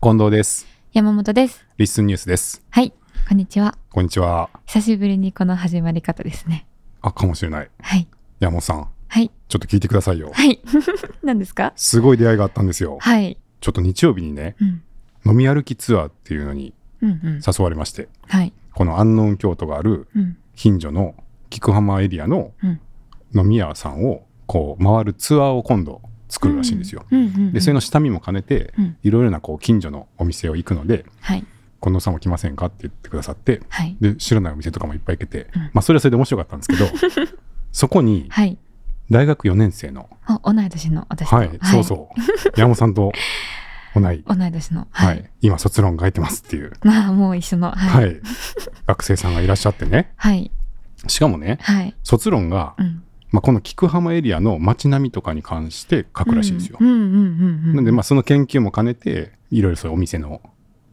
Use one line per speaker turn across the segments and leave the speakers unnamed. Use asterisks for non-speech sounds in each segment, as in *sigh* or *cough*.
近藤です。
山本です。
リッスンニュースです。
はい、こんにちは。
こんにちは。
久しぶりにこの始まり方ですね。
あ、かもしれない。
はい。
山本さん、
はい。
ちょっと聞いてくださいよ。
はい。 *laughs* 何ですか
すごい出会いがあったんですよ。
はい。
ちょっと日曜日にね、
うん。
飲み歩きツアーっていうのに
うんうん。
誘われまして、
はい。
この安納京都がある
うん。
近所の菊浜エリアの
うん
飲み屋さんをこう回るツアーを今度作るらしいんですよ。
うんうんうん。
で、それの下見も兼ねて
うん、
いろいろなこう近所のお店を行くので、
はい。
近藤さんも来ませんかって言ってくださって、
はい。
で、知らないお店とかもいっぱい行けて
うん、
まあそれはそれで面白かったんですけど、
*laughs*
そこに
はい。
大学4年生の、
あ、同い年の私と。
はい、そう
*laughs*
そう、山本さんと同い、
う。同い年の。
は
はいい。、
今卒論書いてますっていう、
まあ、もう一緒の。
は
はい。
い、学生さんがいらっしゃってね、
はい。
しかもね、
はい。
卒論が、
うん。
まあ、この菊浜エリアの街並みとかに関して書くらしいんですよ
う。んうんうんうん。
なんで、まあ、その研究も兼ねて、いろいろそういうお店の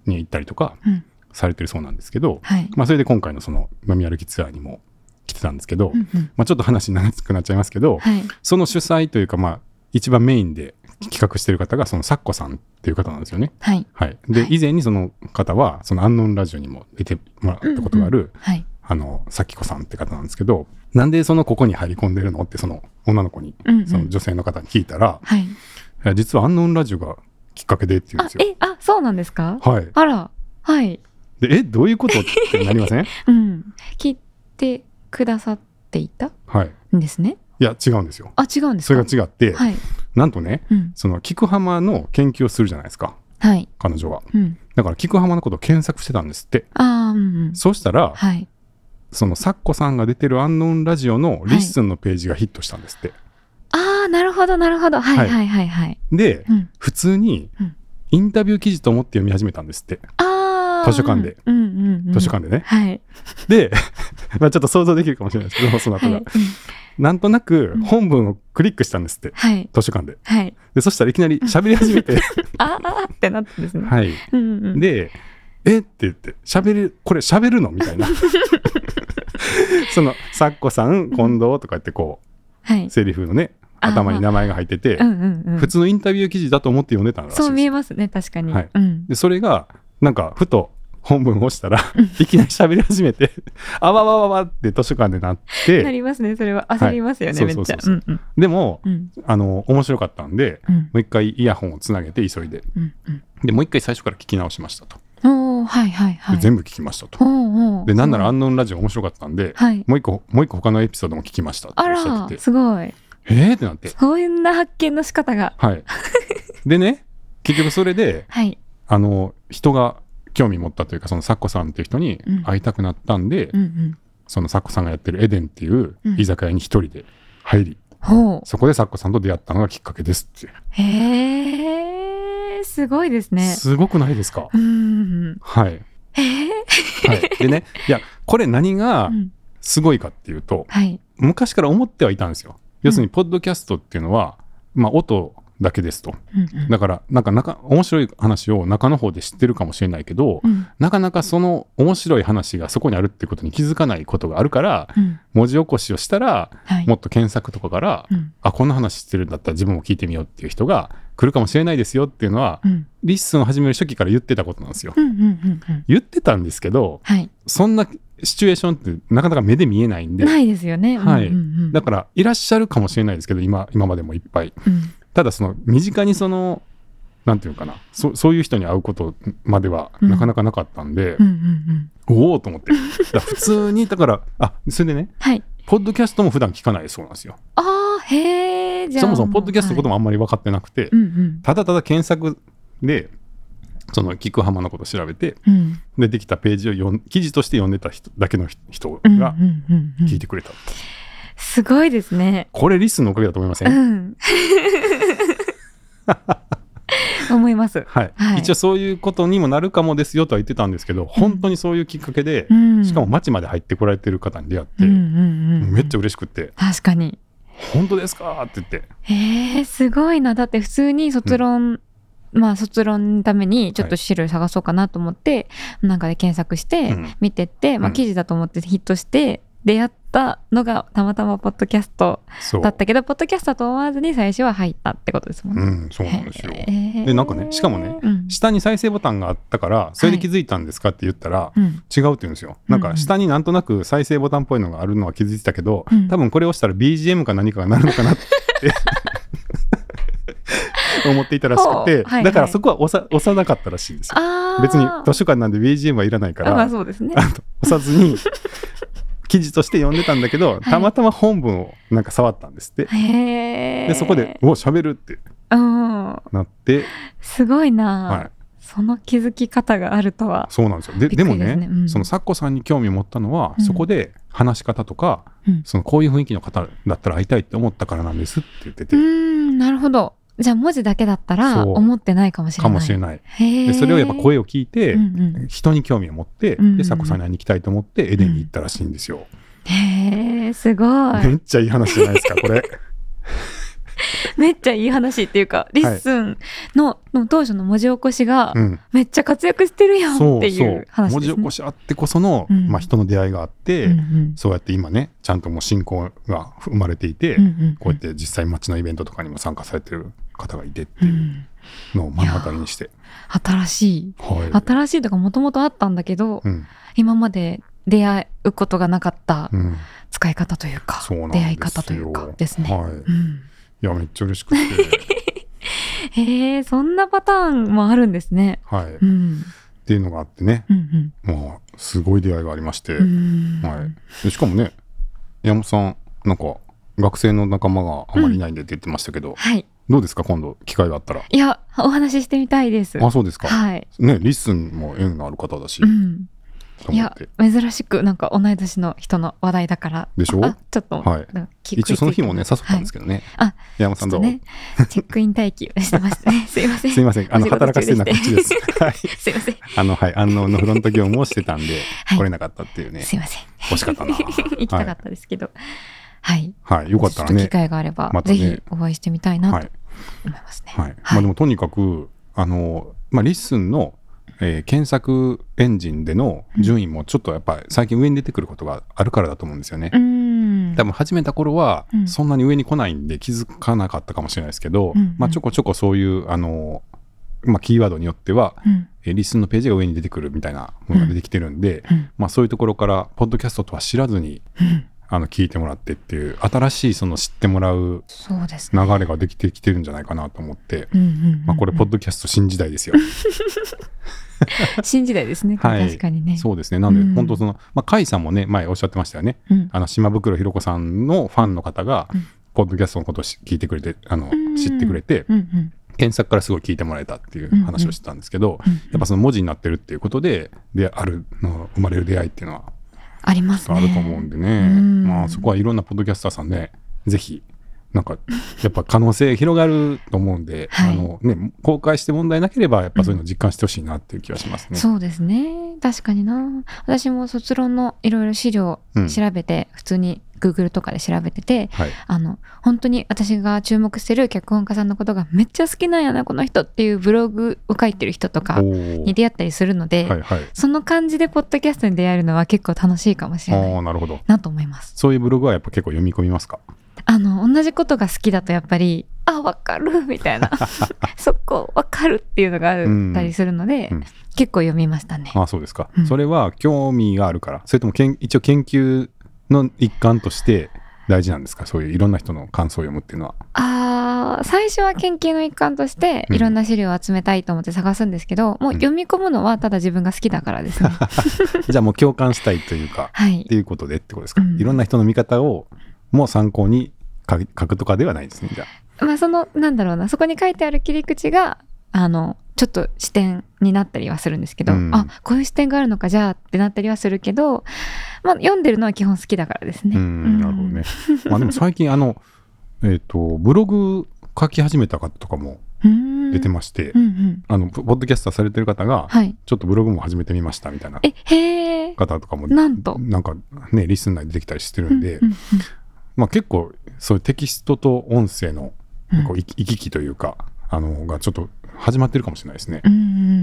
に行ったりとか
うん。
されてるそうなんですけど、
はい。
まあ、それで今回のその飲み歩きツアーにも来てたんですけど、
うんうん。
まあ、ちょっと話長くなっちゃいますけど、
はい。
その主催というか、まあ、一番メインで企画してる方が、そのサッコさんっていう方なんですよね。
はい。
はい。で、
はい
以前にその方は、そのアンノンラジオにも出てもらったことがある、
うんうん。はい。
あの、さきこさんって方なんですけど、なんでそのここに入り込んでるのって、その女の子に、
うんうん
その女性の方に聞いたら、
はい。
いや実はアンノンラジオがきっかけでって言うん
あ
です、よ。
え、あ、そうなんですか
はい。
あら。はい。
で、え、どういうことってなりませ
*laughs*
ん
うん。聞いてくださっていた
はい。
んですね。
いや、違うんですよ。
あ、違うんです
そ
か
れが違って、
はい。
なんとね、
うん。
その菊浜の研究をするじゃないですか、
はい。
彼女は。
うん。
だから菊浜のことを検索してたんですって。
ああ、うんうん。
そうしたら、
はい。
そのサッコさんが出てるアンノンラジオのリッスンのページがヒットしたんですって。
ああ、なるほど、なるほど。はい、
はい
はい、はい、はい。
で、
うん。
普通に
うん
インタビュー記事と思って読み始めたんですって。
ああ。
図書館で。
うん、うん、うん。
図書館でね。
はい。
で、 *laughs* まあちょっと想像できるかもしれないですけど、その
は
後
い。
が。
うん
なんとなく
うん
本文をクリックしたんですって。
はい。
図書館で。
はい。
で、そしたらいきなり喋り始め
*laughs*
て。
あーあー、ってなってですね。
はい。
うん、うん。
で、えって言って、喋る、これ喋るのみた
*laughs*
いな。その、サッコさん、近藤とか言ってこ
は
う、
い。
セリフのね、
あ
頭に名前が入ってて
う、ん、うん、うん。
普。通のインタビュー記事だと思って読んでたらしいです
そう見えますね、確かに。
はい
うん。
でそれがなんかふと本文を押したらいきなり喋り始めて *laughs* あわわわわって図書館でなっ
な
て
りますね、それは。焦りますよね、
はい
めっちゃ。
そうそう
うん、
でも
うん。うん。
あの面白かったんで
うん
もう一回イヤホンをつなげて急いで
うん、うん。
でもう一回最初から聞き直しましたと、
おー、はい、はい、はい。
で全部聞きましたと
おーおー
でなんなら「ア
うん
ンノンラジオ」面白かったんで、
はい。
もう一個もう一個他のエピソードも聞きましたって
あ
おっしゃっ
ら
て、て
すごい。
えーってなって
そんな発見の仕方が。
はいでね結局それで
はい。
あの人が興味持ったというかそのサッコさんっていう人に
うん
会いたくなったんで、
うんうん。
そのサッコさんがやってるエデンっていう
うん
居酒屋に一人で入り、
ほう。
そこでサッコさんと出会ったのがきっかけですって、
へえ、すごいですね。
すごくないです
*laughs*
か、
うん。
はい、
へえ。
はい、でねいやこれ何が
うん
すごいかっていうと、
はい。
昔から思ってはいたんですよ要するにポッドキャストっていうのは、まあ音だけですと
うんうん
だからなんかなか面白い話を中の方で知ってるかもしれないけど、
うん
なかなかその面白い話がそこにあるってことに気づかないことがあるから
うん。
文字起こしをしたら
はい。
もっと検索とかから
うん
あこんな話してるんだったら自分も聞いてみようっていう人が来るかもしれないですよっていうのは、
うん
リッスンを始める初期から言ってたことなんですよ。
うんうんうんうん。
言ってたんですけど
はい。
そんなシチュエーションってなかなか目で見えないんで
ないですよね。
はい
うんうんうん
だからいらっしゃるかもしれないですけど今今までもいっぱい
うん
ただその身近にそのなんていうのかなそそういう人に会うことまでは
うん
なかなかなかったんで
う、んうんうん。
おおと思ってだから普通にだからあそれでね
はい。
ポッドキャストも普段聞かないそうなんですよ
ああ、へえ。じゃあ。
そもそもポッドキャストのこと
も
もあんまり分かってなくて
う、はい。うん
ただただ検索でその菊浜のこと調べて
うん。うん
出てきたページを読ん記事として読んでた人だけの人
うん
が
うんうんうん
聞いてくれた、
すごいですね。
これリスのおかげだと思いませ、
うんん。思います。
はい
はい
一応そういうことにもなるかもですよとは言ってたんですけど本当にそういうきっかけで、
うん。
しかも街まで入ってこられてる方に出会って、
うんうんうん。
めっちゃ嬉しくって
確かに。
「本当ですか?」って言って
えー、すごいな。だって普通に卒論、まあ卒論のためにちょっと資料探そうかなと思って、なんかで検索して
うん
見てって、ま
う
あ
ん
記事だと思ってヒットして、出会ったのがたまたまポッドキャスト
そう
だったけどポッドキャストだと思わずに最初は入ったってことですもん
う
ね。
んそうなんですよ
へー
でなんかねしかもね
うん
下に再生ボタンがあったからそれで気づいたんですかって言ったら、
うん
違うって言うんですよなんか下になんとなく再生ボタンっぽいのがあるのは気づいてたけど、
うん
多分これ押したら BGM か何かがなるのかなって
*laughs*
思っていたらし
ほう
く
はい
て、
はい
だからそこは押さ押さなかったらしいんですよ
あー
別に図書館なんで BGM はいらないから
あまあ
押
そうですね。
さず
*laughs*
に記事として読んでたんだけど、たまたま本文をなんか触ったんですって、
へー
でそこで「お喋る」って
うん
なって、
すごいな、
はい、
その気づき方があるとは。
そうなんですよで
びっくり
でも
で
ね
すねうん
そのサッコさんに興味を持ったのは、
うん
そこで話し方とか、
うん
そのこういう雰囲気の方だったら会いたいって思ったからなんですって言って
う
て、
ーんなるほど。じゃあ文字だけだった
そ
ら
う
思ってないかもしれな
か
い。
もしれない
へー
でそれをやっぱ声を聞いて、
うんうん
人に興味を持って、
うんうん
でサッコさんに会いに行きたいと思ってエデンに行ったらしいんですよ、
へーすごい。
めっちゃいい話じゃないですかこれ
*laughs* めっちゃいい話っていうか、リッスンのの当初の文字起こしが
うん
めっちゃ活躍してるやんっ
そ
て
う
い
そう
う話
文
で
字
すね。
起こしあってこその、
うん
まあ、人の出会いがあって、
うんうん
そうやって今ねちゃんともう信仰が生まれていて、
うんうんうん
こうやって実際街のイベントとかにも参加されてる方がいてって
う
いうんのを目の当たりにして、
新しい。
はい
新しいとかもともとあったんだけど、
うん
今まで出会うことがなかった
うん、
使い方というか、
そうなんです
出
よ
会い方というかですね。
はい、
う
い
ん
やめっちゃ嬉しく
*laughs*
て
へえ、そんなパターンもあるんですね。
はい、っ
うん。
ていうのがあってね
うん
もうすごい出会いがありまして、
うん。うん
はい、でしかもね山本さんなんか学生の仲間があまりいないんでって言ってましたけど、
はい。
どうですか今度機会があったら
いや、お話ししてみたいです。
あそうですか、
はい。
ねリッスンも縁がある方だし、
うん。
と思
い
っ
や
て、
珍しく、なんか同い年の人の話題だから。
でしょ
あ、ちょっと。
はい
なんかき
一応その日もね誘っ
食いつい
たんです
け
けどね、
はいあ
山本さんどう、
ね、チェックイン待機をしてまし
*laughs*
たね。すいません。
すいませんあ
*laughs*
の
お仕事
働かせてるのはこっちですはい
すいません。
あのはい安納のフロント業務をしてたんで、
*laughs* はい
来れなかったっていうね
すいません。
惜しかったな
*laughs* 行きたかったですけど。はい。
はいよかったら
ちょっと
ね
機会があれば、
また
ぜ
ね
ひお会いしてみたいな
は
と
い
思いますね。
はいまあ、でもとにかくあの、まあ、リッスンの、えー検索エンジンでの順位もちょっとやっぱり最近上に出てくることがあるからだと思うんですよね。
うーん。
多分始めた頃は
うん
そんなに上に来ないんで気づかなかったかもしれないですけど、
うんうん
まあ、ちょこちょこそういうあの、まあ、キーワードによっては、
うん。
えーリッスンのページが上に出てくるみたいなものが出てきてるんで、
うん
まあ、そういうところからポッドキャストとは知らずに
うん
あの聞いてもらってっていう新しいその知ってもらう
そうですね。
流れができてきてるんじゃないかなと思って
うんうんうんうん
まあ、これ、ポッドキャスト新時代ですよ。
新時代ですね。
はい
確かに *laughs* ね。
そうですね。なんで、
うん
本当その、まあ、甲斐さんもね、前おっしゃってましたよね。
うん
あの、島袋ひろ子さんのファンの方が
うん、
ポッドキャストのことをし聞いてくれて、あの
うん、
知ってくれて、
うんうん
検索からすごい聞いてもらえたっていう話をしてたんですけど
うんうん、
やっぱその文字になってるっていうことで、で、あるの、生まれる出会いっていうのは、
ありますね。
あると思うんでね。
うん
まあ、そこはいろんなポッドキャスターさんね、ぜひ、なんか、やっぱ可能性広がると思うんで、
はい
あの、ね、公開して問題なければ、やっぱそういうの実感してほしいなっていう気はしますね。
そうですね。確かにな。私も卒論のいろいろ資料
うん
調べて、普通に Google とかで調べてて、
はい。
あの、本当に私が注目してる脚本家さんのことがめっちゃ好きなんやな、この人っていうブログを書いてる人とか
お
に
ー
出会ったりするので、
はいはい。
その感じでポッドキャストに出会えるのは結構楽しいかもしれ
あ
な
あ、
い
なるほど。
なと思います。
そういうブログはやっぱ結構読み込みますか。
あの、同じことが好きだとやっぱり、あ、わかる *laughs*
*laughs*
みたいな、そこわかるっていうのがあ
うん
ったりするので、
うん
結構読みましたね。
ああ、そうですか。
うん
それは興味があるから、それともけん一応研究の一環として大事なんですか。そういういろんな人の感想を読むっていう
*laughs*
のは。
あー最初は研究の一環として
うん
いろんな資料を集めたいと思って探すんですけど、もう読み込むのはただ自分が好きだか
*laughs*
らですね。
じゃあもう共感したいというか、
はい
って。いうことでってことですか。
うん
いろんな人の見方をもう参考に書き書くとかではないですね。じゃ
まあそのなんだろうなそこに書いてある切り口があのちょっと視点になったりはするんですけど、
うん
あこういう視点があるのかじゃあってなったりはするけど、まあ、読んでるのは基本好きだからです
あ。
ね。
うん、なるほどね。まあでも最近あのえっ、とブログ書き始めた方とかも
うん。
出て
ま
まして、
うんうん。
あのポッドキャスターされてる方が、
はい。
ちょっとブログも始めてみましたみたいな
えへえ。
方とかも
なんと。
なんかねリスン内で出てきたりしてるんで、
うんうん
まあ、結構そういうテキストと音声の
うん
こう行き行き来というか、あのがちょっと始まってるかもしれないですね。
うんうんうんうんう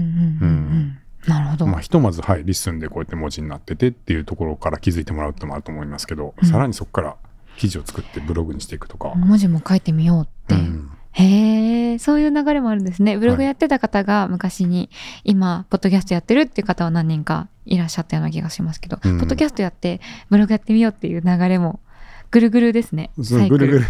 ん。なるほど。
まあ、ひとまず、はい、リスンでこうやって文字になっててっていうところから気づいてもらうってもあると思いますけど、
うん
さらにそこから記事を作ってブログにしていくとか。
文字も書いてみようって、
うん
へえそういう流れもあるんですねブログ
はい
やってた方が昔に、今ポッドキャストやってるっていう方は何人かいらっしゃったような気がしますけど、
うん
ポッドキャストやってブログやってみようっていう流れもぐるぐるですね
そう
サイク
ぐる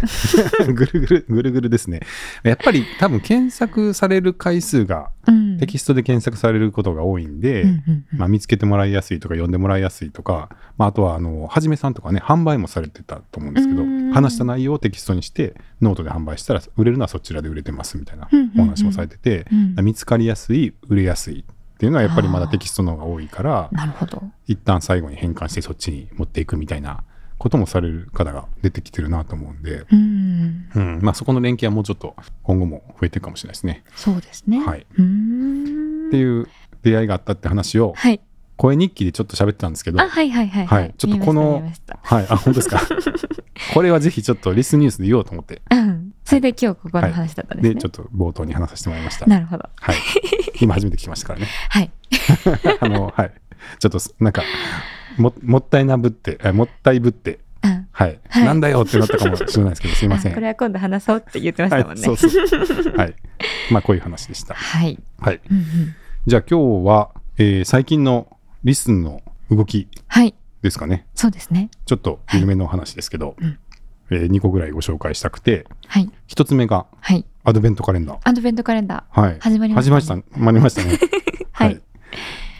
ぐる *laughs* ぐるぐるぐるぐるですねやっぱり多分検索される回数が
うん
テキストで検索されることが多いんで、
うんうんうん
まあ、見つけてもらいやすいとか読んでもらいやすいとか、まあ、あとはあのはじめさんとかね販売もされてたと思うんですけど
うん
話した内容をテキストにしてノートで販売したら売れるのはそちらで売れてますみたいな
うんうんうん
お話もされてて、
うん
見つかりやすい売れやすいっていうのはやっぱりまだテキストの方が多いから
なるほど
一旦最後に変換してそっちに持っていくみたいなこともされる方が出てきてるなと思うんで、
うん
うんまあ、そこの連携はもうちょっと今後も増えていくかもしれないですね。
そうですね、
はい、
うーん
っていう出会いがあったって話を
はい
声日記でちょっと喋ってたんですけど
あはいはいはい
はいちょっとこの
見ました見
はい、あ、本当です
*laughs*
か。これはぜひちょっとリスニュースで言おうと思って、
ましたうんそれで今日ここの話だったんですね、
で、ちょっと冒頭に話させてもらいました。
なるほど
はい。今初めて聞きましたからね。 *laughs*
はい
あの、はい。ちょっと、なんか、も、もったいなぶって、えもったいぶって、
うん
はい、
はい
なんだよってなったかもしれないですけど、すいません。
あこれは今度話そうって言ってましたもん
はい、
ね
そうそう。はい。まあ、こういう話でした。
はい、
はい。
うんうん、
じゃあ今日は、えー最近のリスンの動き
はい
ですかね。
そうですね
ちょっと緩めのお話ですけど、
うん
え2個ぐらいご紹介したくて、
はい
1つ目が
はい
アドベントカレンダー。
アドベントカレンダ
はい。
始まりましたね
始まりましたね。
ー *laughs* はい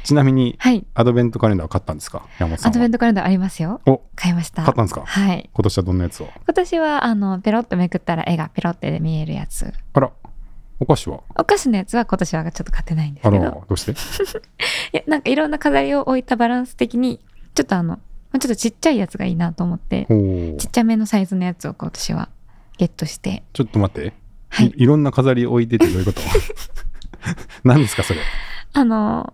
ちなみに、
はい
アドベントカレンダーは買ったんですか山本さ
ア
ん
ドベ
は
ン。トカレンダーありますよ
お、
買いました
買ったんですか
はい
今年はどんなやつを
今年はあのペロッとめくったら絵がペロッて見えるやつ
あら、お菓子は
お菓子のやつは今年はちょっと買ってないんです
あ
け
ら、
ど
どうして
いやなんかいろんな飾りを置いたバランス的にちょっとあのもうちょっとちっちゃいやつがいいなと思って
おー
ちっちゃめのサイズのやつを今年はゲットして
ちょっと待って。
はい
いろんな飾り置いててどういうこと *laughs* 何ですか、それ。
あの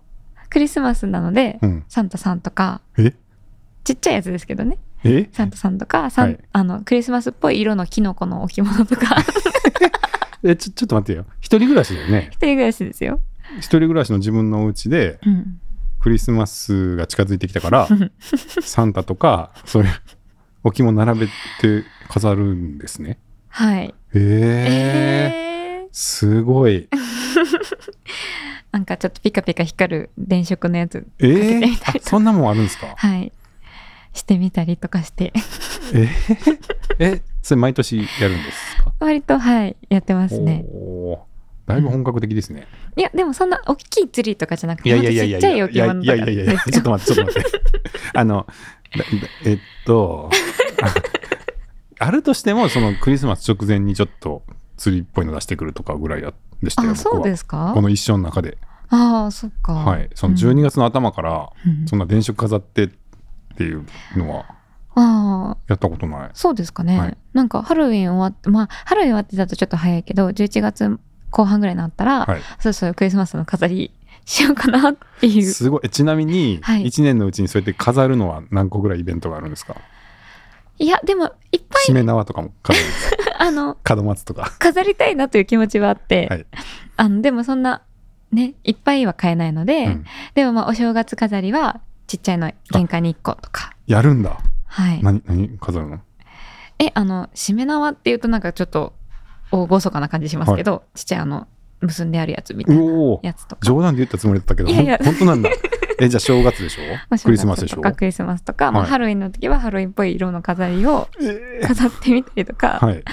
クリスマスなので、
うん。
サンタさんとか
え
ちっちゃいやつですけどね
え
サンタさんとかサン、
はい
あのクリスマスっぽい色のキノコの置物
*laughs*
とか一
えちょ、ちょっと待ってよ。一人暮らしだよね。
人暮らしですよ。
一人暮らしの自分のお家で、
うん、
クリスマスが近づいてきた
*laughs*
から、サンタとか、そういう置物並べて飾るんですね。
はい。
へえ
え
ー。
え
すごい。
ーなんかちょっとピカピカ光る電飾のやつ
え
てみ
ー
たりとか
あそんなもんあるんですか
はいしてみたりとかして
えー
*laughs*
え、それ毎年やるんですか
割とはいやってますね。
おーだいぶ本格的ですね。
いやでもそんな大きいツリーとかじゃなく
い
て
や
ほん
い
と
やい
ち
やいや
っちゃい置物とか
いやいやいやい
で
や、
す
ちょっと
よ。
待って、ちょっと待って。あの、だだえっと、ああるとしても、そのクリスマス直前にちょっと釣りっぽいの出してくるとかぐらいでしたよ、
あそうですすか
この一生の中で。
ああそっか。
はい。その12月の頭から、
うん
そんな電飾飾ってっていうのは
ああ
やったことない。
そうですかね、
はい
なんかハロウィン終わってまあハロウィン終わってだとちょっと早いけど11月後半ぐらいになったら、
はい。
そうそうクリスマスの飾りしようかなっていう
すごいえちなみに
はい
1年のうちにそうやって飾るのは何個ぐらいイベントがあるんですか、
いやでもいっぱ
しめ縄とかも飾る
いあの
門松とか
飾りたいなという気持ちはあって、
はい
あのでもそんなねいっぱいは買えないので、
うん
でもまあお正月飾りはちっちゃいの玄関に1個とか
やるんだ
はい
何何飾るの
えあのしめ縄っていうとなんかちょっと大ごそかな感じしますけど、ちっちゃいあの結んであるやつみたいな
おお
やつとか
冗談で言ったつもりだったけど
いやいや
ほん本当
*laughs*
なんだえじゃあ正月でしょ
まあ
クリスマスでしょ
正月とかクリスマスとか、まあ
はい
ハロウィンの時はハロウィンっぽい色の飾りを
え
飾ってみたりとか、
ーはい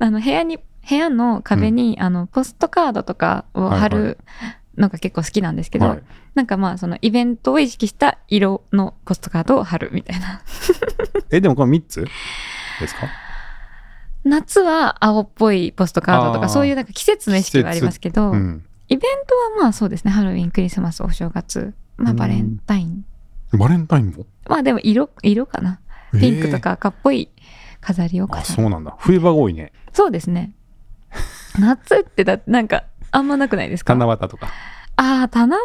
あの部屋に部屋の壁に、あのポストカードとかを貼
はいは
るのが結構好きなんですけど、
はい
なんかまあそのイベントを意識した色のポストカードを貼るみたいな
えでもこの3つですか
夏は青っぽいポストカードと
あー
かそういうなんか季節の意識はありますけど、
うん
イベントはまあそうですねハロウィンクリスマスお正月まあ
うん
バレンタイン
バレンタインも
まあでも色色かなピンクと
え
か赤っぽい飾りを
ー
飾
あ
る、
そうなんだ冬場が多いね
そうですね *laughs* 夏ってだってなんかあんまなくないですか
七夕とか
ああ、七夕は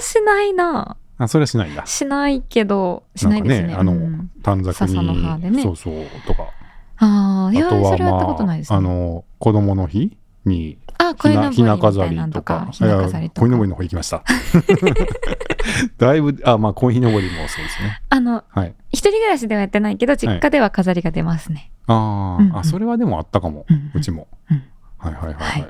しないな。
あそれはしないんだ
しないけど、しないです
な
ね。
んかねあの
うん
短冊
笹の葉でね
にそうそうとか
ああ、いや、
あと
そ
は
れはやったことな
ま
いです
あ、
ね。
あの、子供の日に
あ、
ひ
鯉
な
の
ひ
ぼり
な
みた
飾
い
り
なの
と
と
か
か、ひな飾りと
いや鯉のぼ
か。
りの方行きました *laughs* だいぶあまあ鯉のぼりもそうですね
あの、
はい
一人暮らしではやってないけど、実家では飾りが出ますね。
あ
うん
ー
う
あ
ん
それはでもあったかも
うんうん
うちも
うん
はいはいはいは
はい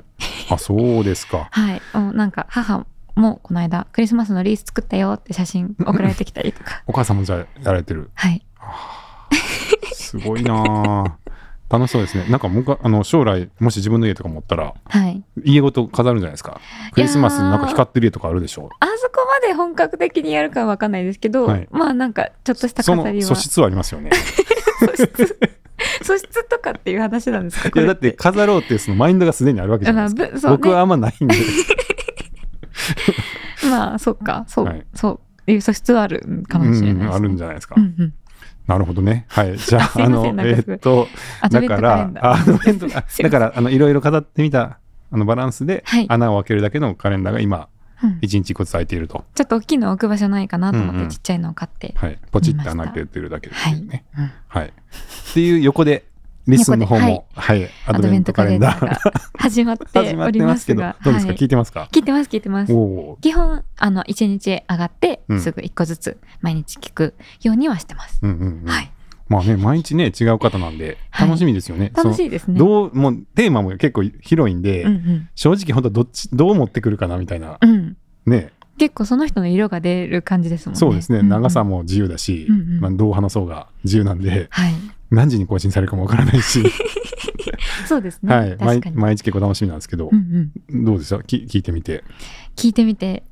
あそうですか
はい。もうなんか、母もこの間、クリスマスのリース作ったよって写真送られてきたり
*laughs*
とか。
お母さんもじゃあやられてる
はい。
あーすごいなー楽しそうですねなんかもうかあの将来もし自分の家とか持ったら
はい。
家ごと飾るんじゃないですかクリスマスなんか光ってる家とかあるでしょ
あそこまで本格的にやるかはわかんないですけど、
はい
まあなんか、ちょっとした
そ
飾
の
りは。
素質はありますよね
素質素質とかっていう話なんですか
い
*laughs* こ
や
れ
だって飾ろうっていうそのマインドがすでにあるわけじゃない
ま
です
あ、
か
ぶそうね
僕はあんまないんで
*laughs* まあそっかそう、
はい
そういう素質はあるかもしれないです、
う
ね
んうんあるんじゃないですか、
うんうん
なるほどね
*laughs*
はいじゃあ
すい
あ
ま
の
せんなん
え
かすごい
っと
アド
だ
ベント
か
カレ
ら
ンダー
あアドベントカ
*laughs* す
だ
いませ
か
ん
らあのいろいろ飾ってみたあのバランスで
はい
穴を開けるだけのカレンダーが今
うん
一日一個ずつ開いていると、
ちょっと大きいの置く場所ないかなと思って、
うんうん
ちっちゃいのを買って、
はい、ポチって穴開けてるだけですよね、
うん
はい。っていう横で、リスンの方も、はい、ア
ア
ド
ド
ベ
ベ
ン
ン
ト
ト
カ
カ
レ
レ
ン
ン
ダ
ダ
ー
ー
が
が始まっ
*laughs* 始
て
ま
お
って
り
ま
ます
け
す
ど、
が
どうですか、
はい
聞いてますか
聞いてます聞いてます
おお
基本あの1日上がって
うん
すぐ1個ずつ毎日聞くようにはしてます、
ー。うんうんうん。
はい
まあね、毎日ね、違う方なんで、
はい
楽しみですよね。
楽しいです
その
ね
どう、もうテーマも結構広いんで、
うん
正直本当どっち、どう持ってくるかなみたいな、
うんうん
ね、
結構その人の色が出る感じですもんね
そうですね、
んん
長さも自由だし、
うんうん
まあ、どう話そうが自由なんで、
はい
何時に更新されるかもわからない
*laughs*
し、
そうですね。
はい、毎
確かに。
毎日結構楽しみなんですけど
うん、うん、
どうでしたき聞いてみて。
聞いてみて、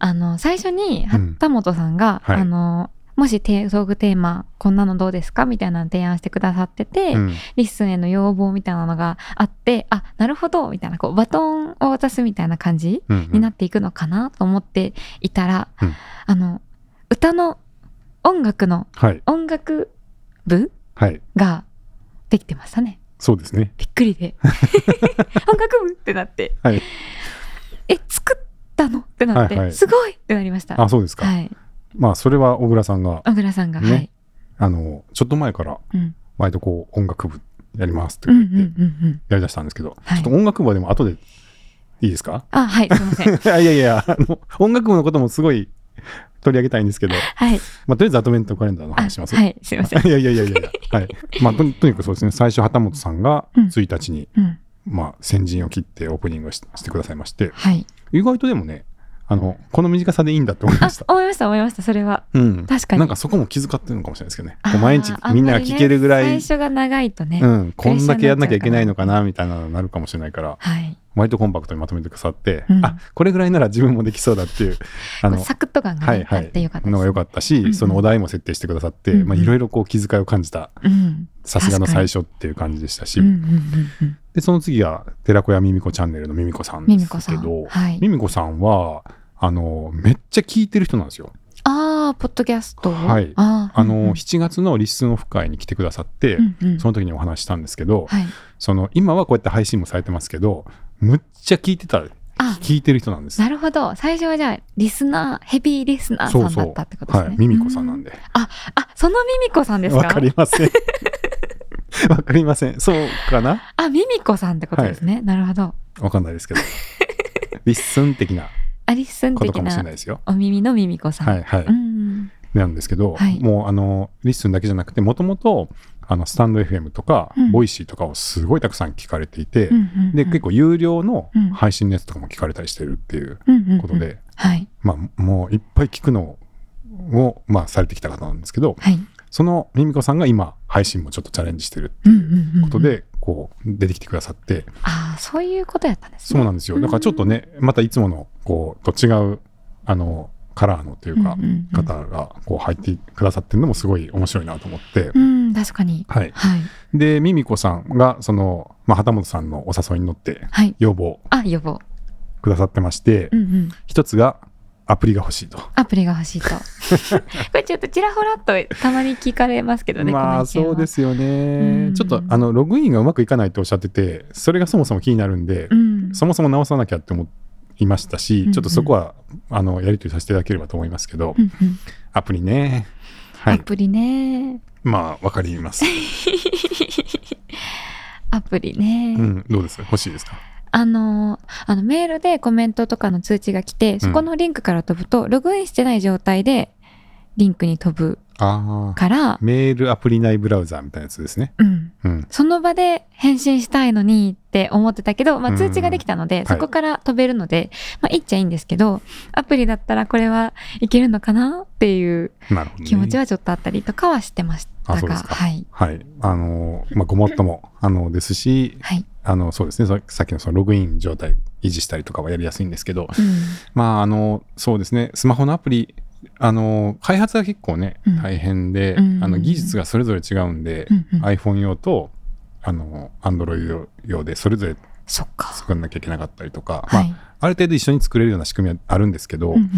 あの最初に
うん
旗本さんが、
はい
あのもしテートークテーマこんなのどうですかみたいなの提案してくださってて、
うん
リッスンへの要望みたいなのがあって、あなるほどみたいなこうバトンを渡すみたいな感じ
うんうん
になっていくのかなと思っていたら、
うん
あの歌の音楽の
はい、
音楽部
はい、
ができてましたね。
そうですね。
びっく
*laughs*
りで音楽部ってなって、
はい
え作ったのってなって、
はいはい
すごいってなりました
あ、そうですか。
はい
まあそれは小倉さんが
小倉さんが、
ね
はい、
あのちょっと前から
うん、
割とこう音楽部やりますって
うんう
言っ
ん
て
うんうん
やりだしたんですけど、
はい
ちょっと音楽部はでも後でいいですか *laughs*
あはいすいません
いやいやいやあの音楽部のこともすごい取り上げたいんですけど、
はい
まあ、とりあえずアドベントカレンダーの
あ
話します。
はいすいませ
*laughs*
ん
いやいやいやいやいや、はいまあ、ととにかくそうですね最初旗本さんが
うん
1日に、
うん
まあ、先陣を切ってオープニングをししてくださいまして
はい
意外とでもねあのこの短さでいいんだって思いま
あ
した。
思いました思いましたそれは
うん、
確かに
なんかそこも気遣ってるのかもしれないですけどねこ
あ
う
ー
毎日みんなが聞けるぐら
あんま
い
りね最初が長いとね、
うん、こんだけやんなきゃいけないのかな
プ
みたいなのになるかもしれないから
はい
割とコンパクトにまとめてくださって、
うん
あこれぐらいなら自分もできそうだっていうあの
サクッと感が、ね
はいは
あって
い
よかったです
のが良かったし、
うんうん
そのお題も設定してくださって、
うんうん
まあ、いろいろこう気遣いを感じた
うん
さすがの
確か
最
に
初っていう感じでしたし、
うんうんうんうん
でその次が寺子屋みみこチャンネルのみみこさんで
ミミコ
す
さ
け
ん
ど
はい
みみこさんはあのめっちゃ聞いてる人なんですよ。
ああポッドキャスト
はい
あー
あの、
うんうん
7月のリッスンオフ会に来てくださって、
うんうん
その時にお話ししたんですけど、
はい
その今はこうやって配信もされてますけどむっちゃ聞いてた
あ
聞いてる人なんです。
なるほど最初はじゃあリスナーヘビーリスナーさんだったってことですね
はい、ミミコさんなん
で
で。
あそのミミコさんですか
わかりませ
*laughs*
ん。わかりません。そうかな
あミミコさんってことですね、なるほど
わかんないですけ
*laughs*
ど。リッスン的な
アリスン
ことか
的
もしれ
な
ないですよ。
お耳のミミコさん、。
はいはいう
ん
なんですけど、
はい
もうあの、リッスンだけじゃなくて、もともと、あの、スタンド FM とか、
うん
ボイシーとかをすごいたくさん聞かれていて、
うんうんうん
で、結構有料の
うん
配信のやつとかも聞かれたりしてるっていう
うんうん
ことで、
うんはい
まあ、もういっぱい聞くのを、まあ、されてきた方なんですけど、
はい
そのミミコさんが今、配信もちょっとチャレンジしてるって
う
い
ん
う
うんうん
ことで、こう、出てきてくださって、
ああそういうことやったんです
そう
ね
なんですよ。だからちょっとね、またいつもの、こう、と違う、あの、カラーのというか
うんうん、うん
方が、こう、入ってくださってるのもすごい面白いなと思って
う、ん確かに
はい。
はい
で、ミミコさんが、その、まあ、旗本さんのお誘いに乗って、
はい
要望
あ予防
くださってまして
う、んうん
一つが、アプリが欲しいと。
アプリが欲しいと
*laughs*
これちょっとちらほらっとたまに聞かれますけどね、
まあ、そうですすよね
う。ん
ちょっと、あの、ログインがうまくいかないとおっしゃってて、それがそもそも気になるんで
う、ん、
そもそも直さなきゃって思いました
うんう
し、
ん
ちょっとそこは、あの、やり取りさせていただければと思いますけど
う、んうん
アプリね。は
ア
い。
プ
*laughs*
リね
まあ、わかります。
アプリね、
うん、どうです欲しいですか
あのーあのメールでコメントとかの通知が来てそこのリンクから飛ぶと、ログインしてない状態でリンクに飛ぶ
ああ。
から、
メールアプリ内ブラウザーみたいなやつですね。
うん、
うん。
その場で返信したいのにって思ってたけど、まあ、通知ができたので、
ん
そこから飛べるので、い、まあいいっちゃいいんですけどアプリだったらこれはいけるのかなっていう
なるほど、ね。
気持ちはちょっとあったりとかはしてました
あそう
が、
ですか
はい、
はい。あのー、まあ、ごもっとも、あの、ですし、
はい
あの、そうですね。ささっきのそのログイン状態維持したりとかはやりやすいんですけど、
うん
まあ、あの、そうですね。スマホのアプリ、あの、開発が結構ね
うん、
大変で、
うん
あの、技術がそれぞれ違うんで、
うんうん
iPhone 用と、あの、Android 用でそれぞれ
そっか、
作んなきゃいけなかったりとか、
は
ま
い
あ、ある程度一緒に作れるような仕組みはあるんですけど、
うんうん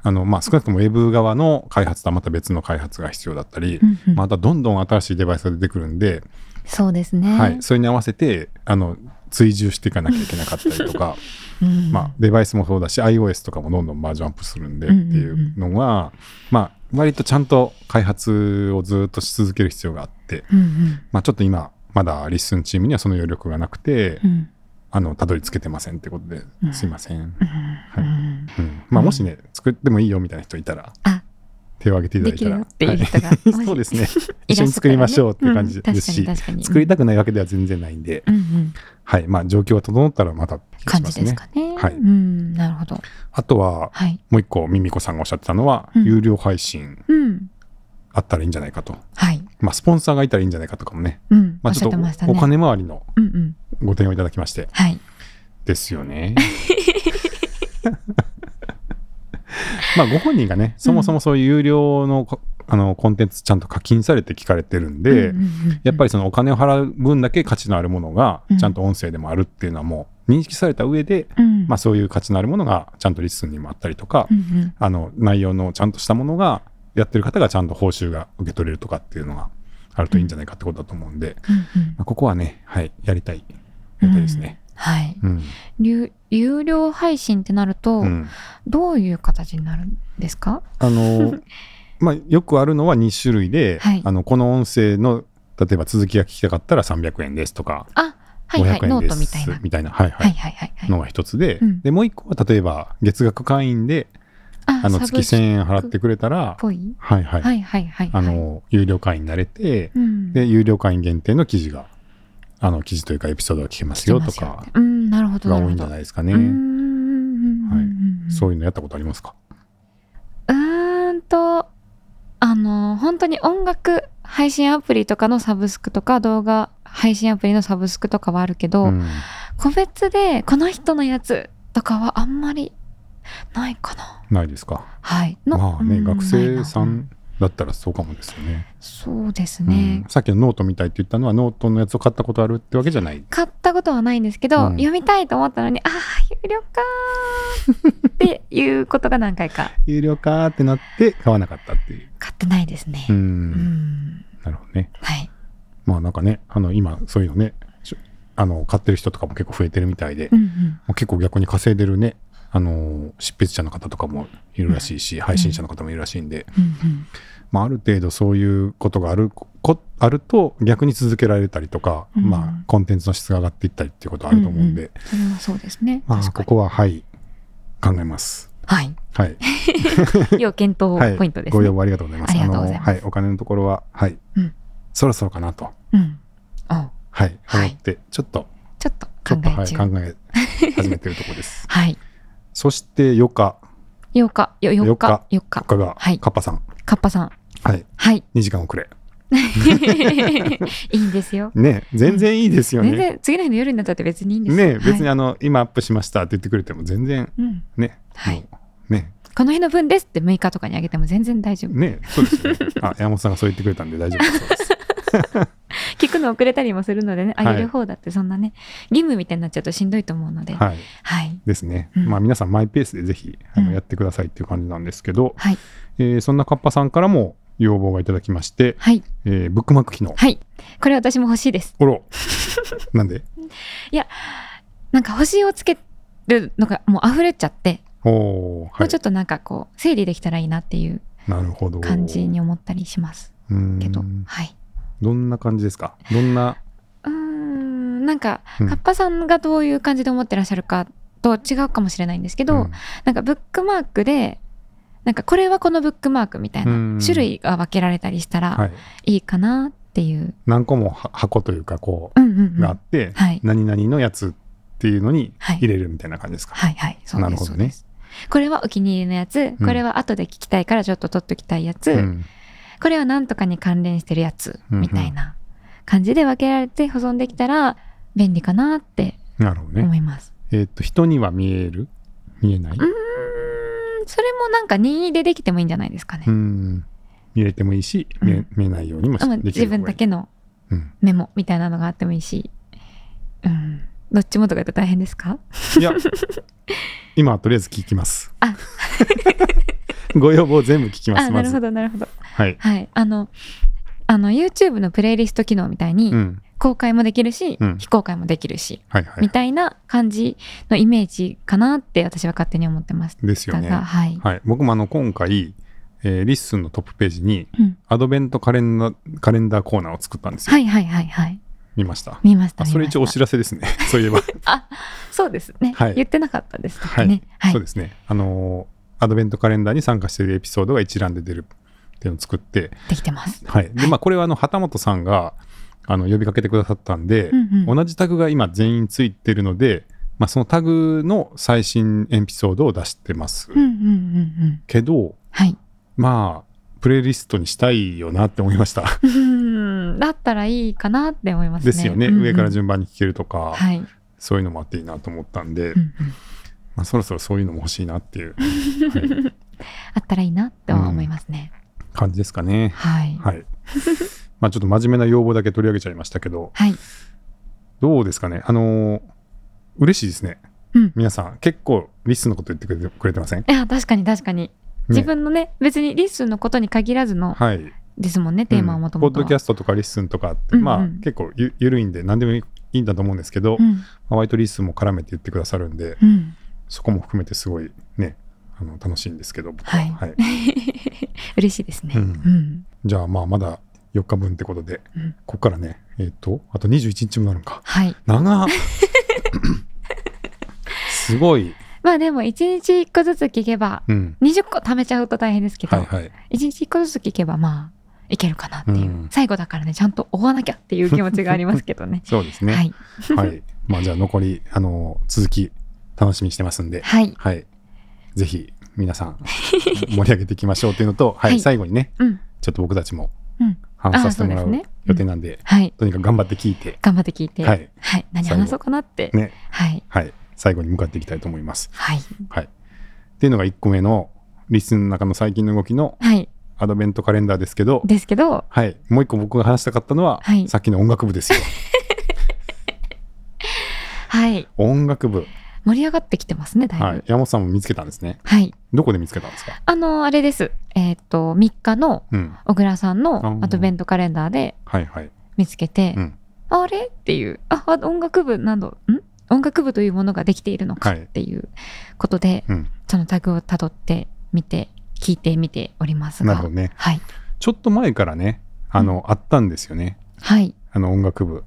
あの、まあ、少なくともウェブ側の開発とはまた別の開発が必要だったり、
うんうん
またどんどん新しいデバイスが出てくるんで、
そうですね、
はい、それに合わせてあの追従していかなきゃいけなかったりとか、
うん
まあ、デバイスもそうだし iOS とかもどんどんバージョンアップするんでっ
う
て
んうんうん
いうのは、まあ、割とちゃんと開発をずっとし続ける必要があって、
うんうん
まあ、ちょっと今まだリッスンチームにはその余力がなくて、
うん
あのたどり着けてませんってことで
うん
すいません、
うんうん
うんまあ、もしね作ってもいいよみたいな人いたら
あ
手を挙げていただいたら
できるよっていう人が
はい
もし
*laughs* そうです
*laughs*
ね
い
一緒
らっしゃったらね
に作りましょうっていう感じですし、
うん確かに確かに
作りたくないわけでは全然ないんで。
うんうん
はい。まあ、状況が整ったらまた聞き
感
ま
じ
す
です
ね。
かね。
はい
うん、なるほど。
あとは、
はい。
もう一個、ミミコさんがおっしゃってたのは、
うん
有料配信
うん。
あったらいいんじゃないかと。
はい。
まあ、スポンサーがいたらいいんじゃないかとかもね。
うん。
まあ、
おっし
ち
ゃ
ょ
っ
ってと
ました
お
ね。
金回りの
うんうん。
ご提案をいただきま
*laughs*
して。
はい。
ですよね。まあ、ご本人がね、そもそもそういう有料のこあのコンテンツちゃんと課金されて聞かれてるんで、やっぱり
り、
そのお金を払う分だけ価値のあるものがちゃんと音声でもあるっていうのはもう認識された上で、
うん、
まあ、そういう価値のあるものがちゃんとリスンにもあったりとか、
うんうん、
あの内容のちゃんとしたものがやってる方がちゃんと報酬が受け取れるとかっていうのがあるといいんじゃないかってことだと思うんで、
うんうん
まあここはね、はい、やりたい。やりたいですね。。
うんはい。
うん。
有有料配信ってなると、
うん
どういう形になるんですか？
あ
*laughs*
の、まあ、よくあるのは2種類で、
はい
あのこの音声の例えば続きが聞きたかったら300円ですとか、
あ、はいはい。
500円
ノー
で
ト
す
みたいな。
みたいな、はいはい
はいはいはいはい。
のが一つで、
うん
でもう一個は例えば月額会員で
あ
あの
サ
月
ブス
1000
クっ
円払ってくれたら、
ぽい。
はいはい、
はいはいはい。
あ、の有料会員になれて、
うん、
で、有料会員限定の記事が、あの、記事というかエピソードが聞けますよとか、
うん、なるほど
が
な
多
るほ
いんじ
ど
ゃ。ないですか
うー
ね。
ん
はい
うん
そういうのやったことありますか
うーんと、あの、本当に音楽配信アプリとかのサブスクとか、動画配信アプリのサブスクとかはあるけど、
うん
個別でこの人のやつとかはあんまりないかな。
ないですか。
はい。の
まあね、
うん
学生さ
ないなん
だったらそうかもですよね。
そうです
うん
ね。
さっきのノートみたいって言ったのは、ノートのやつを買ったことあるってわけじゃない。
買ったことはないんですけど、
うん
読みたいと思ったのに、ああ、有料かーっていうことが何回か
有料かーってなって買わなかったっていう。
買ってないですね
う。。
うんん。
なるほどね。
はい。
まあなんかね、あの、今、そういうのね、しょあの、買ってる人とかも結構増えてるみたいで
う、んうん。
もう結構逆に稼いでるね、あのー執筆者の方とかもいるらしいし、配信者の方もいるらしいんで、
うんうん。
まあ、ある程度そういうことがあるこあると逆に続けられたりとか、
うん
まあ、コンテンツの質が上がっていったりっていうことはあると思うんで、
んんそれはそうですね。
まあ、
確か
こ
に。
こははい考えます。 *laughs*
はい。
はい、
要検
はい、
討ポイントです
ご
ね。
要望ありがとうございます。
ありがとうございます
あのはい、お金のところは、はい、
うん
そろそろかなと、
うん。お
はい、
はい
思って、ちょっと、
ちょっと
ちょ
考
っと、は
え
い、
中。
考
はい。
え始めてるところです。 *laughs* そして、ヨカ、
8日、よ4日、4
ヨ
日。
カが、
はい
カッパさん、
カッパさん。
はい、 *laughs*
はい。
2時間遅れ。
いいんですよ。
ね、全然いいですよ
全
ね。
然次の日の夜になっちゃって別にいいんですよ
ね、別に
はい
あの、今アップしましたって言ってくれても全然
うん。
ね、
はい
もうね、
この日の分ですって6日とかにあげても全然大丈夫。
ね、そうですよね。あ、山本さんがそう言ってくれたんで大丈夫ですそうです。
聞くの遅れたりもするのでね、
はい
あげる方だってそんなね、義務みたいになっちゃうとしんどいと思うので。
はい。
はい。
ですね。
うん
まあ皆さんマイペースでぜひあ
う
の
ん
やってくださいっていう感じなんですけど、
はい。
えーそんなカッパさんからも要望がいただきまして、
はい。
えーブックマーク機能。
はい。これ私も欲しいです。
おろなんで
なんか星をつけるのがもう溢れちゃって、
おー、
も
は
うちょっとなんかこう整理できたらいいなっていう
い。なるほど。
感じに思ったりします
うーん
けど、はい。
どんな感じですかどんな、
うーん、なんか、
うん
カッパさんがどういう感じで思ってらっしゃるかと違うかもしれないんですけど、
うん
なんかブックマークでなんかこれはこのブックマークみたい
うん
な種類が分けられたりした
は
ら
い、
いいかなっていう。
何個もは箱というかこ
うんうんう、
うんがあ
は
って、
い
何々のやつっていうのに
はい
入れるみたいな感じですか、
はいはいそうで
な
す
るほどね
そうですこれはお気に入りのやつ
うん
これは後で聞きたいからちょっと取っときたいやつ、
うん
これは何とかに関連してるやつ
うんうん
みたいな感じで分けられて保存できたら便利かなって
なるほどね、
思います。
えっと人には見える見えないう
ーんそれもなんか任意でできてもいいんじゃないですかね
う。ん見れてもいいし、見
う
え
ん
見えないようにもし
まあ
でき
自
る方がいい
分だけの
うん
メモみたいなのがあってもいいし、うん、どっちもとか言ったら大変ですか
い
*laughs*
や今はとりあえず聞きます
あ
*laughs*
*laughs*
ご要望全部聞きます
あ
ま
なる
ず
ほどなるほど
はい、
はいあのあの YouTube のプレイリスト機能みたいに
うん、
公開もできるし、
うん
非公開もできるし、
はいはい
みたいな感じのイメージかなって私は勝手に思ってまし
ですよ
た
ね
が、はい、
はい、僕もあの今回、えーリッスンのトップページに
うん
アドベントカレンダーカレンダーコーナーを作ったんですよ、
はいはいはいはい
見ました
見ました
あそれ一応お知らせですね *laughs* そうい
*laughs*
えば、
そうですね、
はい
言ってなかったですからねはい、
そうですねあのーアドベントカレンダーに参加しているエピソードが一覧で出るっていうのを作って、
できてます
はいでまあ、これはあの旗本さんがあの呼びかけてくださったんで、
うんうん
同じタグが今全員ついてるので、まあ、そのタグの最新エピソードを出してます、
うんうんうんうん
けど
はい
まあプレイリストにしたいよなって思いました
うんだったらいいかなって思います
で
ね
すよね、
うんうん
上から順番に聞けるとか、
はい、うん
そういうのもあっていいなと思ったんで、
うん、
まあ、そろそろそういうのも欲しいなっていう、はい
あったらいいなって思いますね、
感じですかね。
はい
はい、まあちょっと真面目な要望だけ取り上げちゃいましたけど
はい
どうですかねあのー嬉しいですね、
うん
皆さん結構リスのこと言ってくれてくれてません、ね
いや確かに確かに自分のね別にリスのことに限らずの
はい、
ですもんね、テーマはもと
う
も
ん
と
ポッ
は
ドキャストとかリッスンとかって、
うんうん
まあ結構ゆゆるいんで何でもいいんだと思うんですけど、
うん
まあ割とリッスンも絡めて言ってくださるんで
うん
そこも含めてすごいねあの楽しいんですけど僕は、
はい *laughs*
はい、
嬉しいですね
う
うんん、
じゃあまあまだ4日分ってことで、
うん
ここからねえっ、とあと21日分あるのか
はい
長っ
*laughs*
すごい、
まあでも一日一個ずつ聞けば
うん、
20個貯めちゃうと大変ですけ
は
ど、
いはい
一日一個ずつ聞けばまあいけるかなっていう、
うん
最後だからねちゃんと追わなきゃっていう気持ちがありますけどね
そう *laughs* ですね
はい
はい、まあじゃあ残りあの続き楽しみにしてますんで
はい
はいぜひ皆さ
*laughs*
ん盛り上げていきましょうというのと、はい
はい
最後にね
うん
ちょっと僕たちも
うん
話させてもら
あそう
う
ですね
予定なんで
はい
とにかく頑張って聞いて
頑張って聞いて
は
はいい、何話そうかなって、
ね
はい
はい最後に向かっていきたいと思います
はい
っていうのが1個目のリスンの中の最近の動きの
はい
アドベントカレンダーですけど、
ですけど
はい、もう一個僕が話したかったのは、
はい
さっきの音楽部
*laughs*
ですよ。
はい
音楽部、
盛り上がってきてますねだいぶ
は
はいい、、
山本さんも見つけたんですね。どこで見つけたんですか。
あのあれですえっ、と3日の
うん、
小倉さん
あー
のアドベントカレンダーで
はいはい。
見つけて、
うん
あれっていうああ音楽部などん音楽部というものができているのか
はい
っていうことで、
うん
そのタグをたどってみて聞いてみております
な
が
るほどね。
はい
ちょっと前からね、あの、あったんですよね。
はい
あの音楽部。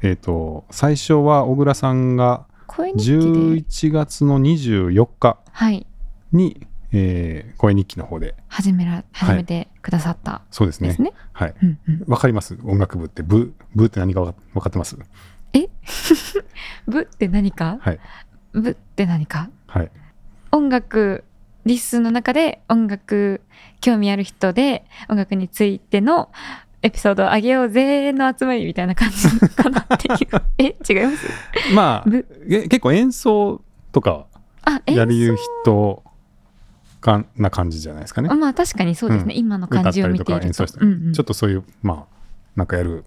えっ、と、最初は小倉さんが
声日記で
11月の24日
はい
に、えー、声日記の方で。
始めら始めてくださった
そうですね。
ですね、
はい。
うんうん
わかります音楽部って部部って何かわかわかってます
部って何か、
はい
部って何か
はい
音楽リスンの中で音楽興味ある人で音楽についてのエピソードをあげようぜの集まりみたいな感じかなっていう
*laughs*
え違います
まあ
*laughs* 部
え結構演奏とか
あ演奏
やりゆう人かな感じじゃないですかね。
まあ確かにそうですね、
う
今の
歌
感
った
じを
り
見
と
てい
か
ると
演奏した
う
り、
んうん
ちょっとそういうまあなんかやる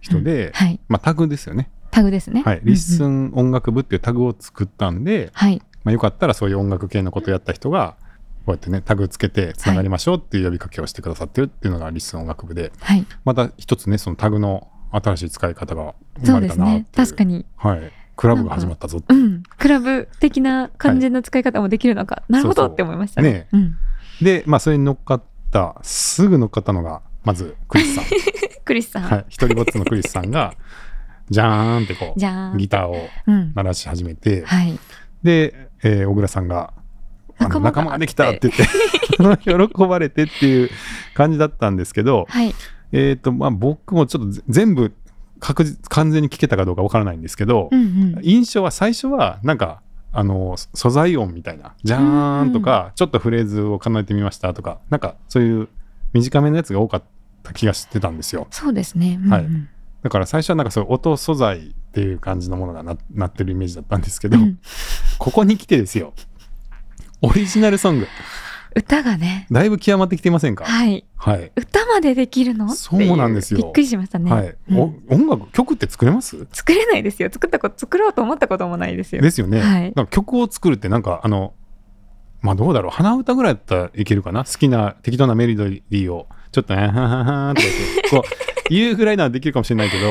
人で、
はい
まあ、タグですよね、
タグですね
はい、リッス
うんうん
ン音楽部っていうタグを作ったんで、
はい
まあ、よかったらそういう音楽系のことやった人がこうやってねタグつけてつながりましょうっていう呼びかけをしてくださってるっていうのがリッスン音楽部で
はい
また一つねそのタグの新しい使い方が生
そ
ま
う
れた
です
なっ
ね
ていう
確かに
はい、クラブが始まったぞって
う
いうん
クラブ的な感じの使い方もできるのか、なる
そ
ほ
う
ど
そう
って思いましたね
ね
うん、
で、まあ、それに乗っかった、すぐ乗っかったのが、まず、クリスさん。
クリスさん、
はい。一人ぼっちのクリスさんが、じゃーんってこ
じゃ
う、
ん。
ギターを
うん。
鳴らし始めて、
はい。
で、えー小倉さんが、あの
仲
仲
間
間
が
ができたって言って、 *laughs* 喜ばれてっていう感じだったんですけど、
はい。
えっ、と、まあ僕もちょっとぜ全部確実、完全に聞けたかどうかわからないんですけど、
うんうん。
印象は最初はなんかあのそ素材音みたいな「じゃーん」とか、ちょっとフレーズを考えてみましたとかなんかそういう短めのやつが多かった気がしてたんですよ
そうですね。うんうん
はいだから最初はなんかそういう音素材っていう感じのものがななってるイメージだったんですけど、
うん
ここに来てですよオリジナルソング
歌がね。
だいぶ極まってきていませんか
はい。
はい、
歌までできるのってい
そうなんですよ
びっくりしましたね。
はい
うん
お音楽曲って作れます
作れないですよ。作ったこと、作ろうと思ったこともないですよ。
ですよね、
はい
なんか曲を作るってなんかあのまあどうだろう鼻歌ぐらいだったらいけるかな好きな適当なメロディーをちょっとね「はははは」とか言ってこう言うぐらいならできるかもしれないけど